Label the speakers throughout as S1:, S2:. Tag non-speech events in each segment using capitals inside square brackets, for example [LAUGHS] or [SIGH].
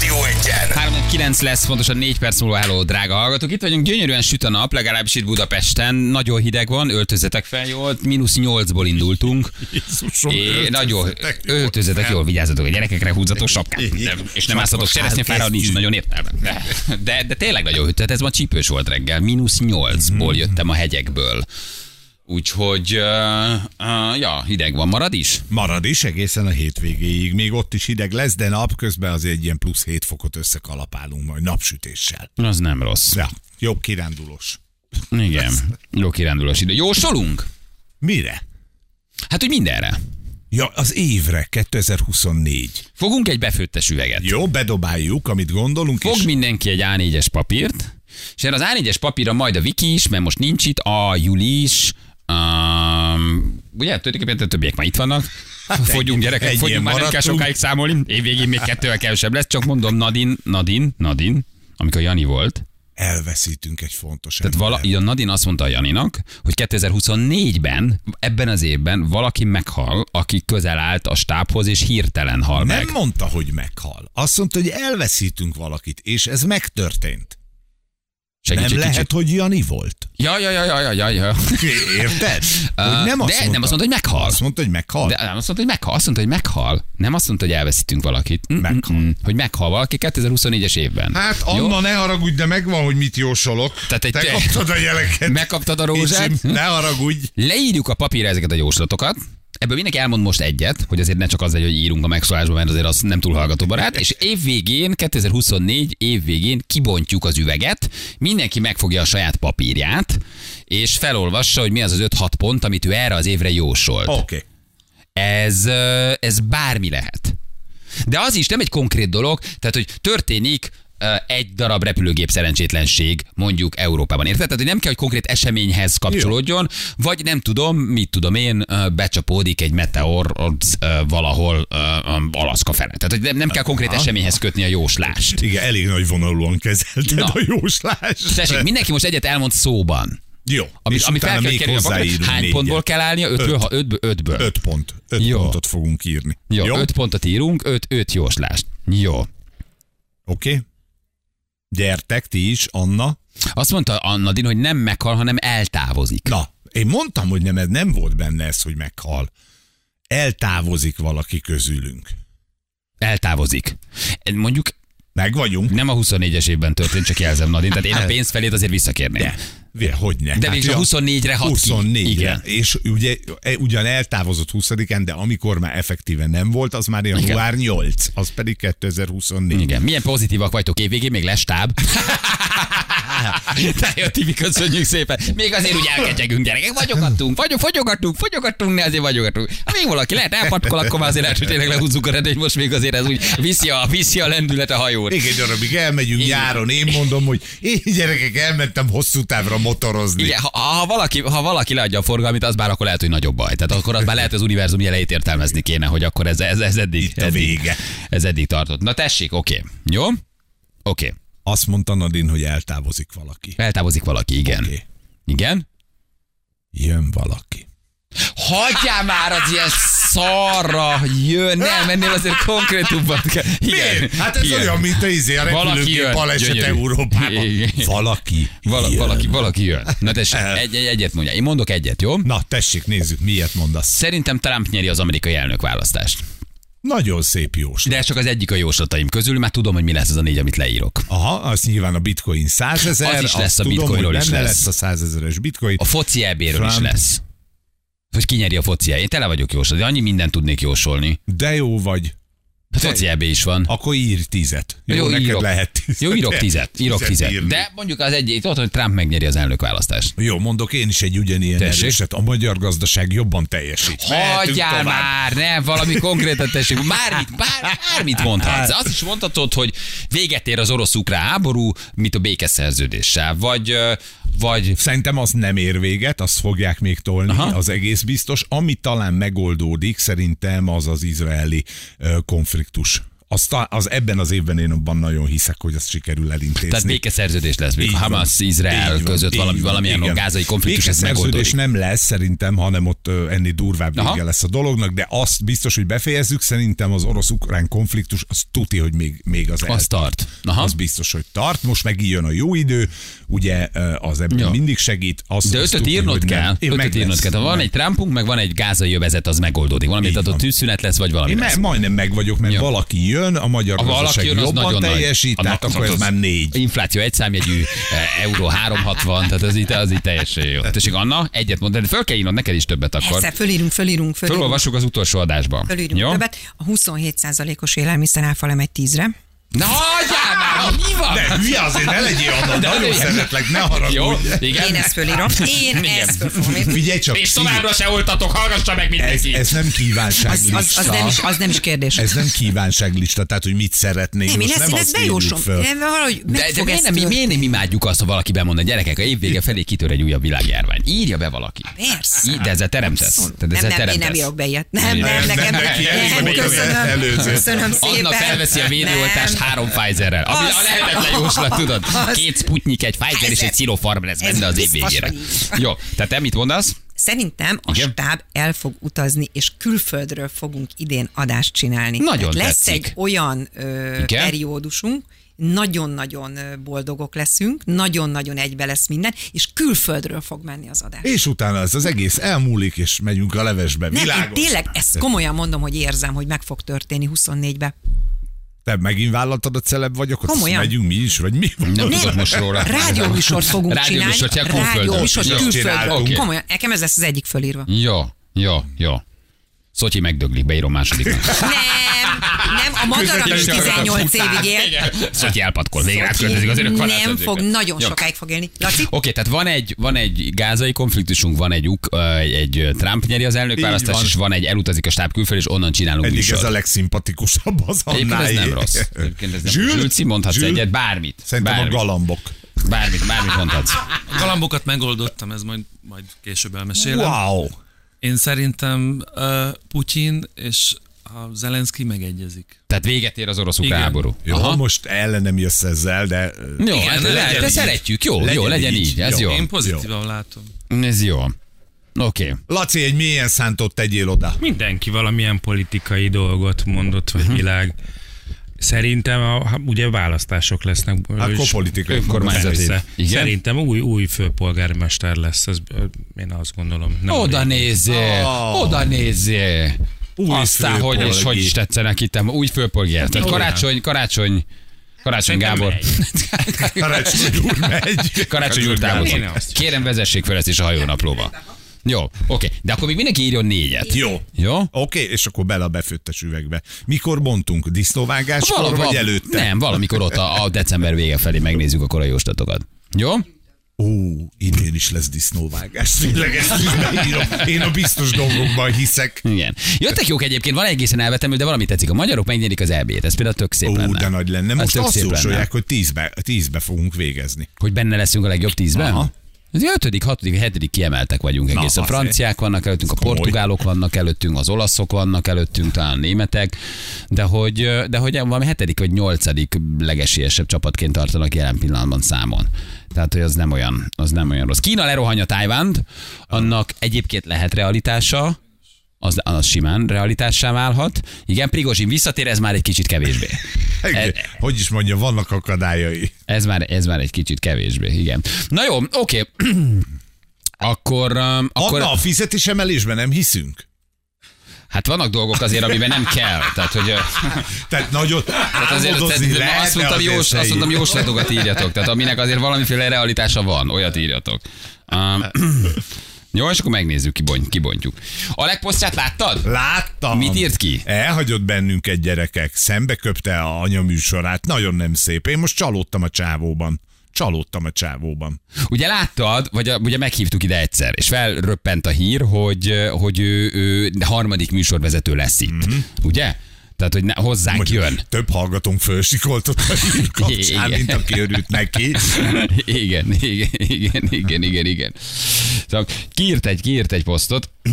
S1: Kejfejancsen!
S2: 3-9 lesz, pontosan 4 perc múlva álló drága hallgatók. Itt vagyunk, gyönyörűen süt a nap, legalábbis itt Budapesten. Nagyon hideg van, öltözetek fel jól, mínusz 8-ból indultunk.
S1: [LAUGHS] Jézusom,
S2: É, nagyon öltözetek jól, vigyázzatok a gyerekekre, húzzatok sapkát.
S1: Igen.
S2: Nem, És nem ászatok cseresznyefára, nincs nagyon értelme. De, de, de tényleg nagyon hűt. Tehát ez ma csípős volt reggel, mínusz
S1: Mhm.
S2: 8-ból jöttem a hegyekből. Úgyhogy, uh, uh, ja, hideg van, marad is?
S1: Marad is egészen a hétvégéig, még ott is hideg lesz, de napközben azért egy ilyen plusz 7 fokot összekalapálunk majd napsütéssel.
S2: Az nem rossz.
S1: Ja, jobb kirándulós.
S2: Igen, jó kirándulás idő. Jósolunk?
S1: Mire?
S2: Hát, hogy mindenre.
S1: Ja, az évre, 2024.
S2: Fogunk egy befőttes üveget.
S1: Jó, bedobáljuk, amit gondolunk,
S2: Fog
S1: és
S2: mindenki egy A4-es papírt, és erre az A4-es papírra majd a Viki is, mert most nincs itt, a Juli is, um, ugye tulajdonképpen a többiek már itt vannak,
S1: Hát
S2: fogyunk gyerekek,
S1: ennyien
S2: fogyunk, már nem kell
S1: maradtunk.
S2: sokáig számolni, évvégén még kettővel kevesebb lesz, csak mondom Nadin, Nadin, Nadin, amikor Jani volt,
S1: elveszítünk egy fontos
S2: tehát vala, így a Nadin azt mondta a Janinak, hogy 2024-ben, ebben az évben valaki meghal, aki közel állt a stábhoz, és hirtelen hal meg.
S1: Nem mondta, hogy meghal. Azt mondta, hogy elveszítünk valakit, és ez megtörtént.
S2: Segíts egy
S1: nem lehet,
S2: kicsit.
S1: hogy Jani
S2: [LAUGHS]
S1: volt.
S2: Ja, ja, ja, ja, ja, ja, ja.
S1: Érted?
S2: Ö,
S1: Hogy nem azt mondta.
S2: de nem azt mondta, hogy meghal.
S1: Azt mondta, hogy meghal.
S2: De nem azt mondta, hogy meghal. Azt mondta, hogy meghal. Nem azt mondta, hogy elveszítünk valakit. Mm, mm,
S1: Meghal.
S2: mm. Hogy meghal valaki 2024-es évben.
S3: Hát
S2: Jó?
S3: Anna, ne haragudj, de megvan, hogy mit jósolok.
S2: Tehát egy
S3: Te
S2: te-
S3: kaptad a
S1: hát,
S2: [LAUGHS]
S3: jeleket.
S2: Megkaptad a rózsát.
S1: Picsim, ne haragudj.
S2: Leírjuk a papírra ezeket a jóslatokat. Ebből mindenki elmond most egyet, hogy azért ne csak az legyen, hogy írunk a megszólásba, mert azért az nem túl hallgató barát. És év végén, 2024 év végén kibontjuk az üveget, mindenki megfogja a saját papírját, és felolvassa, hogy mi az az 5-6 pont, amit ő erre az évre jósolt.
S1: Oké. Okay.
S2: ez, ö, ez bármi lehet. De az is nem egy konkrét dolog, tehát hogy történik ö, egy darab repülőgép szerencsétlenség mondjuk Európában. Érted? Tehát, hogy nem kell, hogy konkrét eseményhez kapcsolódjon, vagy nem tudom, mit tudom én, ö, becsapódik egy meteor ö, ö, valahol ö, ö, Alaszka fele. Tehát, hogy nem- nem kell konkrét eseményhez kötni a jóslást.
S1: Igen, elég nagy vonalúan kezelted
S2: Na.
S1: Na. a jóslást.
S2: Tessék, mindenki most egyet elmond szóban.
S1: Jó.
S2: Ami,
S1: és
S2: ami fel
S1: utána
S2: kell
S1: még
S2: kerülni a papírt.
S1: hozzáírunk
S2: Hány
S1: négyet.
S2: pontból kell állnia? Ötből,
S1: Öt.
S2: ha ötből, ötből.
S1: Öt pont. Öt
S2: Jó.
S1: Jó. pontot fogunk írni.
S2: Jó,
S1: Jó?
S2: öt pontot írunk, öt, öt jóslást. Jó.
S1: Oké. Okay. Gyertek ti is, Anna.
S2: Azt mondta Anna Din, hogy nem meghal, hanem eltávozik.
S1: Na, én mondtam, hogy nem, ez nem volt benne ez, hogy meghal. Eltávozik valaki közülünk.
S2: Eltávozik. Mondjuk
S1: Meg vagyunk?
S2: nem a 24-es évben történt, csak jelzem Nadin, tehát én
S1: [LAUGHS]
S2: a pénz felét azért visszakérném.
S1: De. De, hogy ne? Hát
S2: De végül
S1: ja,
S2: a 24-re hat
S1: 24
S2: ki.
S1: Igen.
S2: Igen.
S1: És ugye e, ugyan eltávozott 20-án, de amikor már effektíven nem volt, az már január 8, az pedig 2024.
S2: Igen. Milyen pozitívak vagytok évvégén, még lesz stáb.
S1: [LAUGHS]
S2: De jó, Tibi, köszönjük szépen. Még azért úgy elketyegünk, gyerekek. Vagyogattunk, vagyok, fogyogatunk, fogyogatunk, ne azért vagyogatunk. Ha még valaki lehet elpatkol, akkor már azért lehet, hogy tényleg lehúzzuk a redényt, most még azért ez úgy viszi a, viszi a lendület a hajót.
S1: Még egy darabig elmegyünk
S2: Igen.
S1: nyáron, én mondom, hogy én gyerekek elmentem hosszú távra motorozni.
S2: Igen, ha, ha, valaki, ha valaki leadja a forgalmit, az már akkor lehet, hogy nagyobb baj. Tehát akkor az már lehet, hogy az univerzum jeleit értelmezni kéne, hogy akkor ez, ez, ez eddig,
S1: Itt a
S2: eddig,
S1: vége.
S2: ez eddig tartott. Na tessék, oké. Okay. Jó? Oké. Okay.
S1: Azt mondta Nadin, hogy eltávozik valaki.
S2: Eltávozik valaki, igen. Okay.
S1: Oké.
S2: Igen?
S1: Jön valaki.
S2: Hagyjál már az ilyen szarra, jön, nem, ennél azért konkrétubbat kell. Igen.
S1: Miért? Hát ez
S2: igen.
S1: olyan, mint a izé, a
S2: Valaki
S1: repülőgép
S2: jön.
S1: baleset
S2: Gyönyörű.
S1: Európában.
S2: Igen.
S1: Valaki
S2: Val-
S1: jön.
S2: valaki, valaki jön. Na tessék, egy, egy, egyet mondja. Én mondok egyet, jó?
S1: Na, tessék, nézzük, miért mondasz.
S2: Szerintem Trump nyeri az amerikai elnök választást.
S1: Nagyon szép jós.
S2: De ez csak az egyik a jóslataim közül, mert tudom, hogy mi lesz az a négy, amit leírok.
S1: Aha, az nyilván a bitcoin 100 ezer.
S2: Az is lesz a
S1: tudom,
S2: bitcoinról
S1: hogy
S2: is
S1: benne
S2: lesz.
S1: lesz. a 100 ezeres bitcoin.
S2: A foci ebéről is
S1: Trump.
S2: lesz. Hogy kinyeri a foci E Én tele vagyok jósol, de annyi mindent tudnék jósolni.
S1: De jó vagy.
S2: Hát foci EB is van.
S1: Akkor ír tízet. Jó,
S2: Jó,
S1: neked
S2: írok.
S1: lehet tízet.
S2: Jó, írok
S1: De-
S2: tizet, írok tizet.
S1: írni.
S2: De mondjuk az egyik, ott, hogy Trump megnyeri az elnökválasztást.
S1: Jó, mondok én is egy ugyanilyen
S2: Tessék.
S1: erőset. A magyar gazdaság jobban teljesít. Mehetünk
S2: Hagyjál
S1: tovább.
S2: már, nem, valami konkrétan tessék, bármit, bár, bármit
S1: Hát.
S2: mondhatsz. Azt is mondhatod, hogy véget ér az orosz-ukrán háború, mint a békeszerződéssel, vagy, ö, vagy
S1: Szerintem az nem ér véget, azt fogják még tolni,
S2: Aha.
S1: Aha. az egész biztos. Ami talán megoldódik, szerintem az az izraeli ö, konfliktus. az, ta- az ebben az évben én abban nagyon hiszek, hogy azt sikerül elintézni.
S2: Tehát békeszerződés lesz, még
S1: Így van.
S2: Hamas, Izrael
S1: Így van,
S2: között
S1: így
S2: valami,
S1: van,
S2: valamilyen
S1: igen.
S2: gázai konfliktus, ez
S1: Békeszerződés
S2: megoldódik.
S1: nem lesz szerintem, hanem ott ö, ennél durvább vége
S2: Aha.
S1: lesz a dolognak, de azt biztos, hogy befejezzük, szerintem az orosz-ukrán konfliktus, az tuti, hogy még, még az
S2: Az tart. Aha.
S1: Az biztos, hogy tart. Most meg így jön a jó idő, ugye ö, az ebben
S2: Ja.
S1: mindig segít. Azt,
S2: De
S1: azt
S2: ötöt
S1: tudni,
S2: írnod
S1: hogy Szóval nem.
S2: kell.
S1: Én meg
S2: Ötöt írnod
S1: lesz.
S2: kell. Ha van
S1: Meg-
S2: egy Trumpunk, meg van egy gázai övezet, az megoldódik. Valami
S1: Így
S2: tehát ott
S1: van.
S2: tűzszünet lesz, vagy valami
S1: Én
S2: lesz.
S1: me- majdnem meg vagyok, mert
S2: Ja.
S1: valaki jön, a magyar
S2: Ha valaki
S1: gazdaság
S2: jön, az
S1: jobban
S2: nagyon
S1: teljesít,
S2: nagy.
S1: tehát
S2: Annak
S1: akkor ez
S2: az-
S1: már
S2: [LAUGHS]
S1: négy.
S2: Infláció egy számjegyű, eh, euró 360, tehát az itt, az itt teljesen jó.
S1: Hát-
S2: Tessék, Anna, egyet mondani, föl kell írnod neked is többet akkor.
S4: Persze, fölírunk, fölírunk, fölírunk.
S2: Fölolvassuk az utolsó adásban.
S4: Fölírunk többet. A 27%-os élelmiszeráfa lemegy 10-re.
S2: Na, hagyjál már, mi van?
S1: De hülye azért, ne legyél oda,
S2: De
S1: nagyon
S2: azért-
S1: szeretlek, ne haragudj.
S2: [LAUGHS] Jó, igen. Hát,
S4: Én ezt fölírom. Én
S2: Igen.
S4: ezt föl fogom írni.
S1: Figyelj csak,
S2: És továbbra se oltatok, hallgassa meg
S1: ez,
S2: mindenki.
S1: ez nem
S4: Az,
S1: kívánságlista.
S4: az, az, nem is, az nem is kérdés.
S1: Ez nem kívánságlista, tehát hogy mit szeretnénk.
S4: nem, én
S1: most
S4: ezt,
S1: nem
S4: én
S1: azt
S4: ezt
S1: írjuk
S4: bejósom.
S1: föl.
S4: Én Valahogy meg
S2: De, de
S4: fog
S2: miért,
S4: ezt
S2: nem, mi-
S4: tört-
S2: miért nem imádjuk azt, ha valaki bemondja, gyerekek, a év vége felé kitör egy újabb világjárvány. Írja be valaki.
S4: Persze.
S2: Így, de ezzel teremtesz.
S4: Abszolút.
S2: Tehát ezzel
S4: Nem, nem, én
S2: teremtesz.
S4: nem írok be ilyet. Nem,
S2: Nem, nem,
S4: nem, nekem
S1: nem,
S4: nem,
S1: neki elég
S4: nem,
S1: van az
S4: köszönöm.
S1: előző.
S4: Köszönöm szépen.
S2: Anna felveszi a védőoltást
S4: Nem.
S2: három Pfizerrel. Ami
S4: Az.
S2: a lehetetlen jóslat,
S4: [LAUGHS]
S2: tudod?
S4: Az.
S2: Két Sputnik, egy Pfizer és egy Sinopharm lesz
S4: Ez
S2: benne az év
S4: biztos,
S2: végére.
S4: hogy így.
S2: Jó, tehát te mit mondasz?
S4: Szerintem a
S2: Igen?
S4: stáb el fog utazni, és külföldről fogunk idén adást csinálni.
S2: Nagyon
S4: Tehát lesz
S2: tetszik.
S4: egy olyan ö,
S2: Igen?
S4: periódusunk, nagyon-nagyon ö, boldogok leszünk, nagyon-nagyon egybe lesz minden, és külföldről fog menni az adás.
S1: És utána ez az egész elmúlik, és megyünk a levesbe.
S4: Nem, én
S1: Világos.
S4: tényleg ezt komolyan mondom, hogy érzem, hogy meg fog történni 24-be.
S1: Te megint vállaltad a celeb vagyok, azt
S4: Komolyan.
S1: megyünk mi is, vagy mi van?
S2: Nem tudok most róla.
S4: Rádióműsort fogunk csinálni.
S2: Rádióműsort csinálni külföldön.
S4: Rádióműsort
S2: Jó.
S4: külföldön.
S1: Csinálunk.
S4: Okay.
S2: Oké.
S4: Komolyan, nekem ez lesz az egyik
S2: [LAUGHS]
S4: fölírva.
S2: Jó, jó, jó. Szotyi megdöglik, beírom másodiknak.
S4: Nem, nem, a madarak is 18 évig él.
S2: Szotyi elpatkol, végre átköltözik az önök
S4: Nem
S2: karácsonyzékbe.
S4: fog, nagyon
S2: Jó.
S4: sokáig fog élni. Laci?
S2: Oké, okay, tehát van egy, van egy gázai konfliktusunk, van egy, uk, ö, egy, egy Trump nyeri az elnökválasztást,
S1: van.
S2: és van egy elutazik a stáb külföldre, és onnan csinálunk
S1: Eddig ez
S2: műsort.
S1: a legszimpatikusabb az
S2: Egyébként ez
S1: annál.
S2: nem
S1: [LAUGHS]
S2: rossz. Egyébként ez nem rossz. Zsülci, mondhatsz egyet, bármit.
S1: Szerintem
S2: bármit,
S1: a galambok.
S2: bármit, bármit mondhatsz.
S5: A galambokat megoldottam, ez majd, majd később elmesélem. Wow.
S1: Wow!
S5: Én szerintem uh, Putyin és a Zelenszky megegyezik.
S2: Tehát véget ér az orosz-ukrán
S5: Igen.
S2: háború.
S1: Jó, Aha. most ellenem jössz ezzel, de... ö,
S2: Jó,
S5: Igen,
S2: hát,
S5: legyen
S2: lehet, de
S5: így.
S2: szeretjük. Jó, jó,
S1: Legyen
S2: legyen
S1: így.
S2: így. Ez jó.
S1: Jó.
S5: Én pozitívan látom.
S2: Ez jó. Oké.
S1: Laci, egy milyen szántót tegyél oda?
S6: Mindenki valamilyen politikai dolgot mondott,
S5: Mhm.
S6: vagy világ. Szerintem a, ha- ugye választások lesznek.
S1: Akkor
S6: és-
S1: politikai
S2: önkormányzati.
S1: foglalkozás.
S6: Persze.
S2: Igen?
S6: Szerintem új, új főpolgármester lesz, ez, ö, én azt gondolom. Nem
S2: Oda nézzél,
S1: Ó.
S2: oda nézzél.
S1: Ah. Új
S2: Aztán hogy és
S1: főpolgi.
S2: hogy is tetszenek itt, új főpolgár. Tehát karácsony, karácsony, karácsony Gábor.
S1: Karácsony
S2: [LAUGHS]
S1: úr megy.
S2: Karácsony úr távozik.
S6: Én azt.
S2: Kérem, vezessék fel ezt is a hajónaplóba. Jó, oké. De akkor még mindenki írjon négyet.
S1: Jó.
S2: Jó?
S1: Oké, és akkor bele a befőttes üvegbe. Mikor bontunk? Disznóvágáskor,
S2: Valahol-
S1: vagy előtte?
S2: Nem, valamikor ott a, a december vége felé megnézzük a korai jóstatokat. Jó?
S1: Ó, idén is lesz disznóvágás. Tényleg ezt is beírom. Én a biztos dolgokban hiszek.
S2: Igen. Jöttek jók egyébként, van egészen elvetemű, de valami tetszik. A magyarok megnyerik az EB-t, ez például tök szép
S1: Ó,
S2: lenne.
S1: de nagy lenne. Most
S2: tök
S1: azt
S2: szép lenne.
S1: jósolják, hogy tízbe, tízbe fogunk végezni.
S2: Hogy benne leszünk a legjobb tízben?
S1: Aha.
S2: Az ötödik, hatodik, hetedik kiemeltek vagyunk egész.
S1: Na,
S2: a franciák vannak előttünk, a
S1: komoly.
S2: portugálok vannak előttünk, az olaszok vannak előttünk, talán a németek, de hogy, de hogy valami hetedik vagy nyolcadik legesélyesebb csapatként tartanak jelen pillanatban számon. Tehát, hogy az nem olyan, az nem olyan rossz. Kína lerohanja Tájvánt, annak egyébként lehet realitása, az, az simán realitássá válhat. Igen, Prigozsin visszatér, ez már egy kicsit kevésbé. E-
S1: Hogy is mondja, vannak akadályai.
S2: ez már, ez már egy kicsit kevésbé, igen. Na jó, oké. [CLEARS THROAT] Akkor, um,
S1: Akkor...
S2: akkor
S1: Anna, a fizetésemelésben nem hiszünk.
S2: hát vannak dolgok azért, amiben nem kell. Tehát, hogy ö,
S1: [LAUGHS] Tehát nagyon
S2: tehát Hát azért,
S1: álmodozni
S2: tehát,
S1: lehetne
S2: azt, mondtam,
S1: azért
S2: jós, azt
S1: nehéz.
S2: mondtam, jóslatokat írjatok. Tehát aminek azért valamiféle realitása van, olyat írjatok. Um, [CLEARS THROAT] jó, és akkor megnézzük, kibony, kibontjuk. A legposztját láttad?
S1: Láttam.
S2: Mit írt ki?
S1: Elhagyott bennünket gyerekek, szembe köpte a anyaműsorát, nagyon nem szép. Én most csalódtam a csávóban. Csalódtam a csávóban.
S2: Ugye láttad, vagy a, ugye meghívtuk ide egyszer, és felröppent a hír, hogy, hogy ő, ő harmadik műsorvezető lesz itt.
S1: Mhm.
S2: Mm-hmm. Ugye? Tehát, hogy ne, hozzánk Hát jön.
S1: Több hallgatónk fölsikoltott a hír kapcsán,
S2: [LAUGHS] Igen.
S1: mint aki örült neki.
S2: [LAUGHS] igen, igen, igen, igen, igen, igen. Szóval kiírt egy, kiírt egy posztot, [CLEARS THROAT]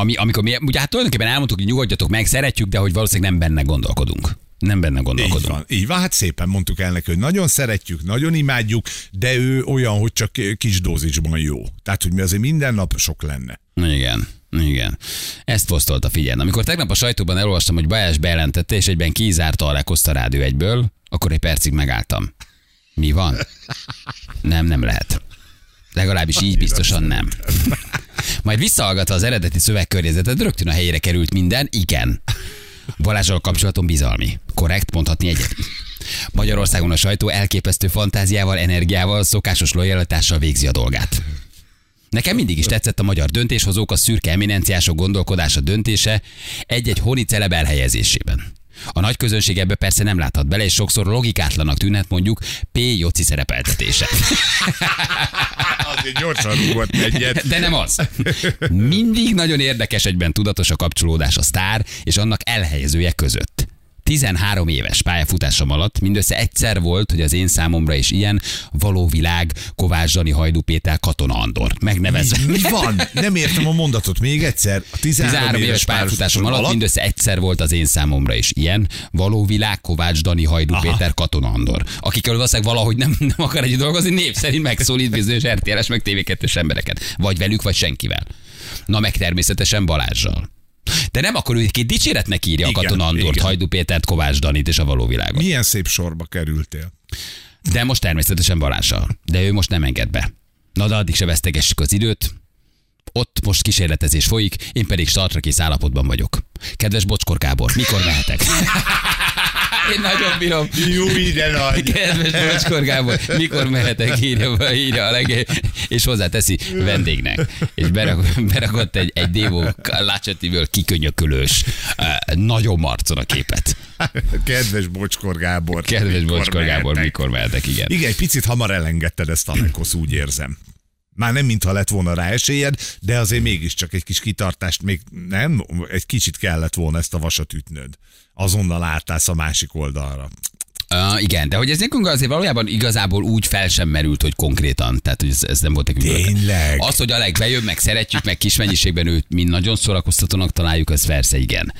S2: ami, amikor mi, ugye hát tulajdonképpen elmondtuk, hogy nyugodjatok meg, szeretjük, de hogy valószínűleg nem benne gondolkodunk. nem benne
S1: Így
S2: gondolkodunk.
S1: van, így van, hát szépen mondtuk el neki, hogy nagyon szeretjük, nagyon imádjuk, de ő olyan, hogy csak kis dózisban jó. Tehát, hogy mi azért minden nap sok lenne.
S2: Igen. Igen. Ezt posztolta figyelni. Amikor tegnap a sajtóban elolvastam, hogy Bajás bejelentette, és egyben kizárta alá Costa Rádió egyből, akkor egy percig megálltam. Mi van? Nem, nem lehet. Legalábbis így biztosan nem. Majd visszahallgatva az eredeti szövegkörnyezetet, rögtön a helyére került minden, igen. Balázsral kapcsolatom bizalmi. Korrekt, mondhatni egyet. Magyarországon a sajtó elképesztő fantáziával, energiával, szokásos lojalitással végzi a dolgát. Nekem mindig is tetszett a magyar döntéshozók, a szürke eminenciások gondolkodása döntése egy-egy honi celeb elhelyezésében. A nagy közönség ebbe persze nem láthat bele, és sokszor logikátlanak tűnhet mondjuk P. Joci szerepeltetése.
S1: Azért gyorsan rúgott egyet.
S2: De nem az. Mindig nagyon érdekes egyben tudatos a kapcsolódás a sztár és annak elhelyezője között. 13 éves pályafutásom alatt mindössze egyszer volt, hogy az én számomra is ilyen való világ Kovács Zsani Hajdú Péter Katona Andor. Megnevezve.
S1: Mi van? Nem értem a mondatot még egyszer. A 13,
S2: 13 éves pályafutásom alatt, mindössze egyszer volt az én számomra is ilyen. Való világ, Kovács Dani, Hajdú Aha. Péter, Katon Andor. Akikkel valószínűleg valahogy nem, [LAUGHS] nem akar együtt dolgozni, név szerint megszólít bizonyos er RTL-es, meg tv 2 embereket. Vagy velük, vagy senkivel. Na meg természetesen Balázsjal. De nem akkor ő egy dicséretnek írja
S1: Igen,
S2: a Katon Andort,
S1: igen.
S2: Hajdú Pétert, Kovács Danit és a való világot.
S1: Milyen szép sorba kerültél.
S2: De most természetesen Balázsal. De ő most nem enged be. Na de addig se vesztegessük az időt. Ott most kísérletezés folyik, én pedig startra kész állapotban vagyok. Kedves Bocskor Gábor, mikor mehetek? [LAUGHS] Én nagyon bírom.
S1: Jó, ide nagy.
S2: Kedves Bocskor Gábor, mikor mehetek, írja, be- írja a legé, és hozzáteszi vendégnek. És berak, berakott egy, egy dévó látsatiből kikönyökölős, eh, nagyon marcon a képet.
S1: Kedves Bocskor Gábor.
S2: Kedves
S1: mikor
S2: Bocskor Gábor,
S1: mehetnek?
S2: mikor mehetek, igen.
S1: Igen, egy picit hamar elengedted ezt a mekosz, úgy érzem. Már nem mintha lett volna rá esélyed, de azért mégiscsak egy kis kitartást még nem, egy kicsit kellett volna ezt a vasat ütnöd. Azonnal átállsz a másik oldalra.
S2: Uh, igen, de hogy ez nekünk azért valójában igazából úgy fel sem merült, hogy konkrétan. Tehát, hogy ez, ez nem volt nekünk.
S1: Tényleg?
S2: Az, hogy Alek bejön, meg szeretjük, meg kis mennyiségben őt mind nagyon szórakoztatónak találjuk, ez persze igen.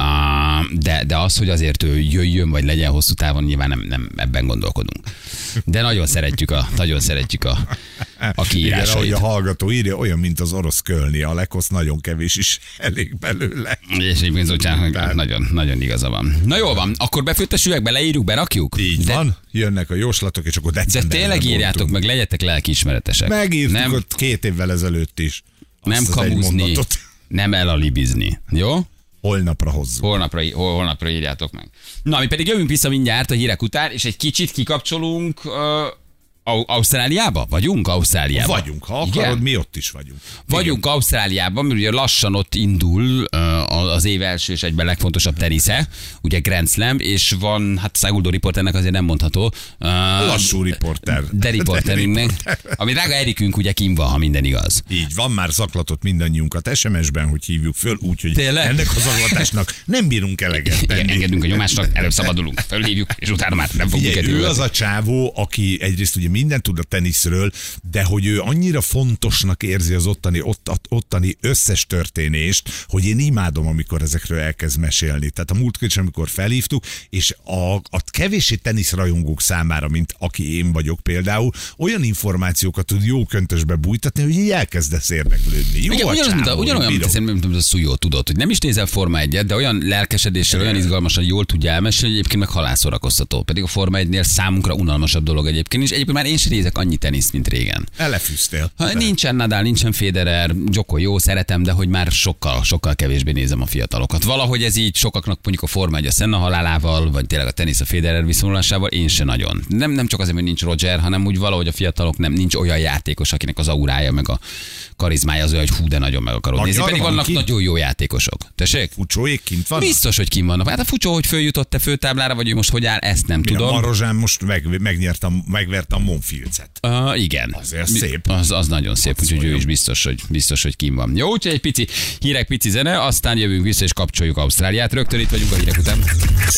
S2: Uh, de, de az, hogy azért ő jöjjön, vagy legyen hosszú távon, nyilván nem, nem ebben gondolkodunk. De nagyon szeretjük a, nagyon szeretjük a, a
S1: Igen, ahogy
S2: kiírásait.
S1: a hallgató írja, olyan, mint az orosz kölni, a lekosz nagyon kevés is elég belőle.
S2: És egyébként Zolcsának nagyon, nagyon igaza van. Na jól van, akkor befőttes üvegbe leírjuk, berakjuk?
S1: Így
S2: de,
S1: van, jönnek a jóslatok, és akkor
S2: De
S1: decemberben
S2: tényleg
S1: voltunk.
S2: írjátok meg, legyetek lelkiismeretesek.
S1: Megírtuk
S2: Nem-
S1: nem. ott két évvel ezelőtt is. Azt
S2: nem
S1: az egy
S2: kamuzni,
S1: mondatot.
S2: nem elalibizni. Jó?
S1: Holnapra hozzuk.
S2: Holnapra, í- hol, holnapra írjátok meg. Na, mi pedig jövünk vissza mindjárt a hírek után, és egy kicsit kikapcsolunk uh, Au- Ausztráliába? Vagyunk Ausztráliában?
S1: Vagyunk, ha akarod,
S2: Igen?
S1: mi ott is vagyunk.
S2: Vagyunk Ausztráliában, mert ugye lassan ott indul ö, a- az év első és egyben legfontosabb tenisze, ugye Grand Slam, és van, hát Száguldó riporternek azért nem mondható. ö,
S1: Lassú riporter.
S2: De riporterünknek, ami drága Erikünk ugye kim van, ha minden igaz.
S1: Így van, már zaklatott mindannyiunkat SMS-ben, hogy hívjuk föl, úgyhogy
S2: Tényleg?
S1: ennek a zaklatásnak nem bírunk eleget
S2: Igen,
S1: tenni.
S2: engedünk a nyomásnak, előbb szabadulunk, fölhívjuk, és utána már nem fogunk
S1: Figyelj, ő
S2: kerülni.
S1: az a csávó, aki egyrészt ugye mindent tud a teniszről, de hogy ő annyira fontosnak érzi az ottani, ott, ottani összes történést, hogy én imádom, amikor ezekről elkezd mesélni. Tehát a múltkor is, amikor felhívtuk, és a, a kevéssé teniszrajongók számára, mint aki én vagyok például, olyan információkat tud jó köntösbe bújtatni, hogy így elkezdesz érdeklődni. Jó
S2: Igen,
S1: a
S2: ugyanaz, mint a,
S1: csávó,
S2: ugyanolyan, mint,
S1: bírom.
S2: szerintem, mint amit a Szújó tudott, hogy nem is nézel Forma 1 de olyan lelkesedéssel, olyan izgalmasan jól tudja elmesélni, hogy egyébként meg halálszórakoztató. Pedig a Forma 1-nél számunkra unalmasabb dolog egyébként, és egyébként már én sem nézek annyi teniszt, mint régen.
S1: Elefűztél.
S2: Ha, nincsen Nadal, nincsen Federer, Joko jó, szeretem, de hogy már sokkal, sokkal kevésbé nézem a fiatalokat. Valahogy ez így sokaknak mondjuk a Forma 1 a Senna halálával, vagy tényleg a tenisz a Federer viszonyulásával, én se nagyon. Nem, nem csak azért, mert nincs Roger, hanem úgy valahogy a fiatalok nem, nincs olyan játékos, akinek az aurája, meg a karizmája az olyan, hogy hú, de nagyon meg akarod
S1: Magyar
S2: nézni. Pedig
S1: van
S2: vannak
S1: kint?
S2: nagyon jó játékosok. Tessék?
S1: Fucsóék kint van?
S2: Biztos, hogy kim vannak. Hát a fucsó, hogy följutott-e főtáblára, vagy ő most hogy áll, ezt nem
S1: Tudom. A
S2: tudom.
S1: Marozsán most meg, megnyerte, a- megverte a Monfilcet.
S2: Uh, igen.
S1: Azért
S2: Mi-
S1: szép.
S2: Az, az nagyon szép, úgyhogy ő is biztos, hogy, biztos, hogy kim van. Jó, úgyhogy egy pici hírek, pici zene, aztán jövünk vissza és kapcsoljuk Ausztráliát. Rögtön itt vagyunk a hírek után.